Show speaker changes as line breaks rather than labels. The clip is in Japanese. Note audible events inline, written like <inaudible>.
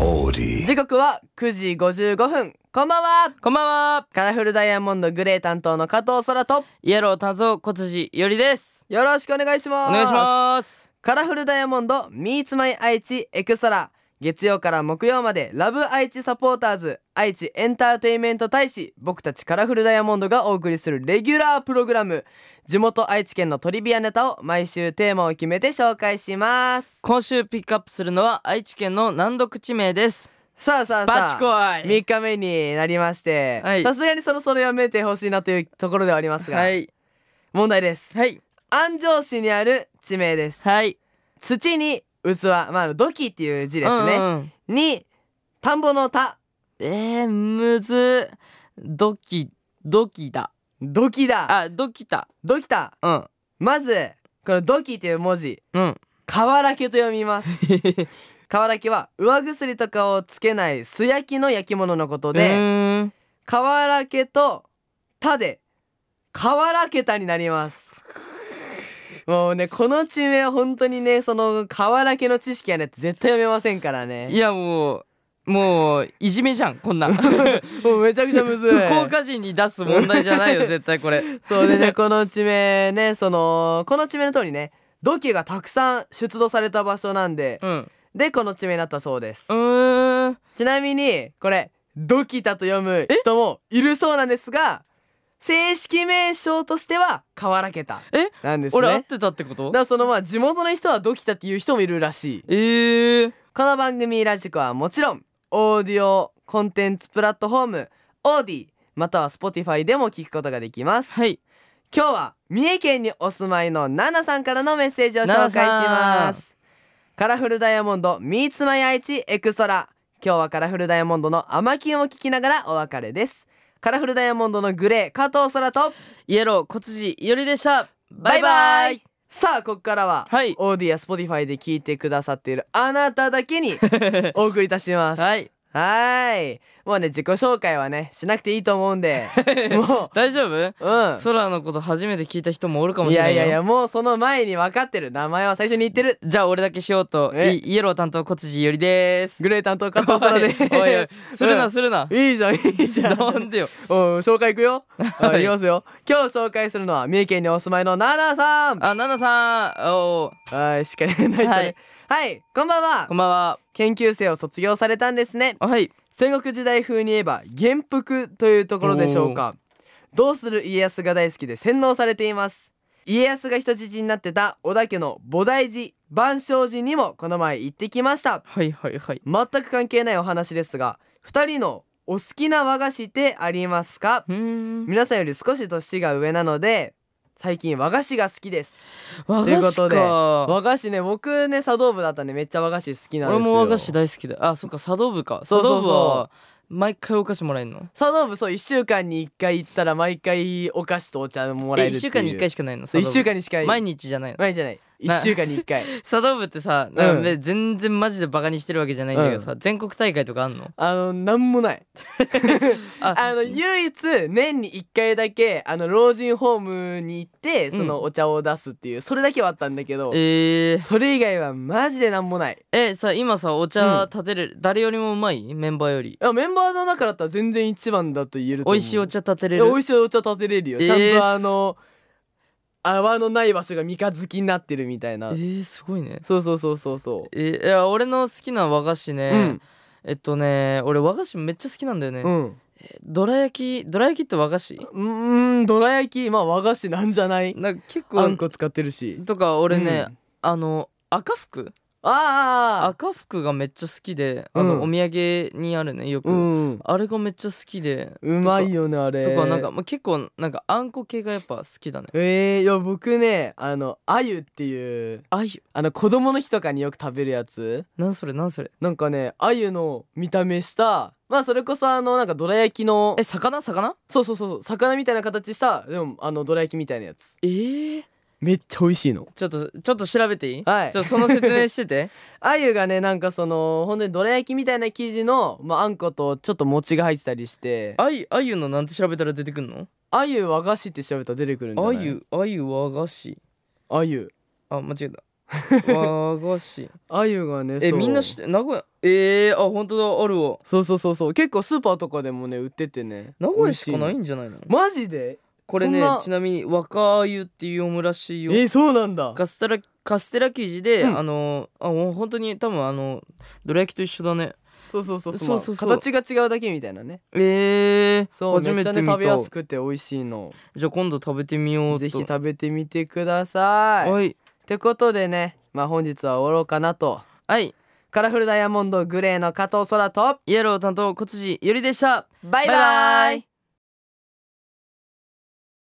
オーディ
時刻は9時55分こんばんは
こんばんは。
カラフルダイヤモンドグレー担当の加藤空と
イエロー多蔵小辻よりです。
よろしくお願いしま
お
す
願いします。
カラフルダイヤモンド Meets My 愛知エクストラ月曜から木曜までラブ愛知サポーターズ愛知エンターテインメント大使僕たちカラフルダイヤモンドがお送りするレギュラープログラム地元愛知県のトリビアネタを毎週テーマを決めて紹介します
今週ピックアップするのは愛知県の難読地名です。
さあさあ
バ
さ
チコ
あ
イ。
3日目になりまして
はい
さすがにそろそろやめてほしいなというところではありますが、
はい
問題です
はい
安城市にある地名です
はい。
土に器まああの土器っていう字
で
ですね、に田んぼの田
えー、むずっドキドキだ。
土器だ
あドキだ。
土器だ
うん
まずこの土器っていう文字
うん。
川らけと読みます
<laughs>
川らけは上薬とかをつけない素焼きの焼き物のこと
う
で
ーん
川らけと田で川らけたになりますもうねこの地名は本当にねその川らけの知識はね絶対読めませんから
い
ね
やもうもういじめじゃんこん <laughs> な。
もうめちゃくちゃむずい
福岡人に出す問題じゃないよ絶対こ <laughs> れ。
<laughs> そうでねこの地名ねそのこの地名の通りね土器がたくさん出土された場所なんで、
うん。
でこの地名になったそうです、
うーん。
ちなみにこれ土器だと読む人もいるそうなんですが正式名称としては河原桁
え
なんですね
俺合
だ
っ
か
てたってこと？
らそのまあ地元の人は土器だっていう人もいるらしい
えー。
この番組ラジコはもちろんオーディオコンテンツプラットフォームオーディまたは Spotify でも聞くことができます
はい。
今日は三重県にお住まいのナナさんからのメッセージを紹介し
ナ
ま
ナさ
すカラフルダイヤモンド Meets My 愛知エクストラ今日はカラフルダイヤモンドの甘きんを聞きながらお別れですカラフルダイヤモンドのグレー加藤空と
イエロー小辻よりでした。バイバイ。
さあここからは、
はい
オーディや Spotify で聞いてくださっているあなただけ
<laughs>
にお送りいたしますは
はい。
ーいもうね自己紹介はねしなくていいと思うん
<laughs>
でも
大丈夫？
ううん
空のこと初めて聞いた人もおるかもしれないよ
やいやいやもうその前に分かってる名前は最初に言ってる
じゃあ俺だけしようと
え
イイエロー担当小辻よりです
グレー担当加藤さん <laughs> です
おいおいおいする
う
なんするない
いじゃんいいじゃん
なんでよ
うん紹介いくよ、はい、
い
いきますよ今日紹介するのは三重県にお住まいのナナさん
あナナさんお
はいしっかりないとねは
はいい、
こんばんは
ーこんばんは
研究生を卒業されたんですね
あはい
戦国時代風に言えば元服というところでしょうかどうする家康が大好きで洗脳されています家康が人質になってた織田家の菩提寺万象寺にもこの前行ってきました
はいはいはい
全く関係ないお話ですが2人のお好きな和菓子ってありますか
うーん
皆さんより少し年が上なので最近和菓子が好きです
和
という
菓
こ
子
とで
か
和菓子ね僕ね茶道部だったんでめっちゃ和菓子好きなんです
俺
よ
も和菓子大好きだあそっか茶道部か
そ
茶
うそうそう
道部は毎回お菓子もらえるの
茶道部そう1週間に1回行ったら毎回お菓子とお茶もらえ
え
るってい
一
う
週間に一回しかないの
そう
茶
1
道部
週間にしか
毎日じゃないの
毎日じゃない
な
1週間に1回
茶道部ってさなんか全然マジでバカにしてるわけじゃないんだけどさ全国大会と <laughs> かあんの
あのなんも
<laughs>
ないあの唯一年に1回だけあの老人ホームに行ってそのお茶を出すっていう、それだけはあったんだけど、
えー
それ以外はマジでなんもない
えさ今さお
うん
茶立てれる、誰よりもうまいメンバーより
あメンバーの中だったら全然一番だと言えると
美
思う
味しいお茶立て
い
れ
や
る
美味しいお茶立てれるよ、
えー
ちゃんとあの泡のない場所が三日月になってるみたいな、
えー、すごいね
そうそうそうそうそ
えーいや俺の好きな和菓子ね
う、、うん
えっとね俺和菓子めっちゃ好きなんだよね、
うん
どら焼きどら焼きって和菓子
うーんどら焼きまあ和菓子なんじゃない
なんか結構
あんこ使ってるし
とか俺ね、
うん
あの赤服
あ
赤服がめっちゃ好きであの、
うん
お土産にあるねよ
あ
く、
うん
あれがめっちゃ好きで
うまいよねあれ
とかなんか、まあ、結構なんかあんこ系がやっぱ好きだね
えー、いや僕ねあのあゆっていう
あゆ
あの子供の日とかによく食べるやつ
なんそれなんそれ
なんかねあゆの見た目したまあそれこそあのなんかどら焼きの
え魚魚
そうそうそうそう魚みたいな形したでもあのどら焼きみたいなやつ
えー、
めっちゃ美味しいの
ちょっとちょっと調べていい？
はい
ちょっとその説明してて。
あゆがねなんかその本当にどら焼きみたいな生地の、まあ、あんことちょっと餅が入ってたりして
<laughs> あゆあゆのなんて調べたら出てくんの？
あゆ和菓子って調べたら出てくるんじゃな
あ
い
ゆあゆ和菓子。
あゆ
あ間違えた。 <laughs> 和菓子
あゆがね
え
そう
みんな知って名古屋えー、あ本当だあるわ
そうそうそうそう結構スーパーとかでもね売っててね
名古屋しかな
美味い
い
の
んじゃないの
マジで
これね
そんな
ちなみに若あゆっていう読むらしい
え
よ
ーそうなんだ
カステラカステラ生地で、
うん
あのあもう本当に多分あのどら焼きと一緒だね
そうそうそう
そうそうそう
まあ形が違うだけみたいなね
えー、
そう
初
めっ
め
ちゃね
て見た
食べやすくて美味しいの
じゃあ今度食べてみようと
ぜひ食べてみてください
はい
ってことでねまあ本日は終わろうかなと
はい
カラフルダイヤモンドグレーの加藤空と
イエロー担当小辻ゆりでした
バイバイ
バイバイ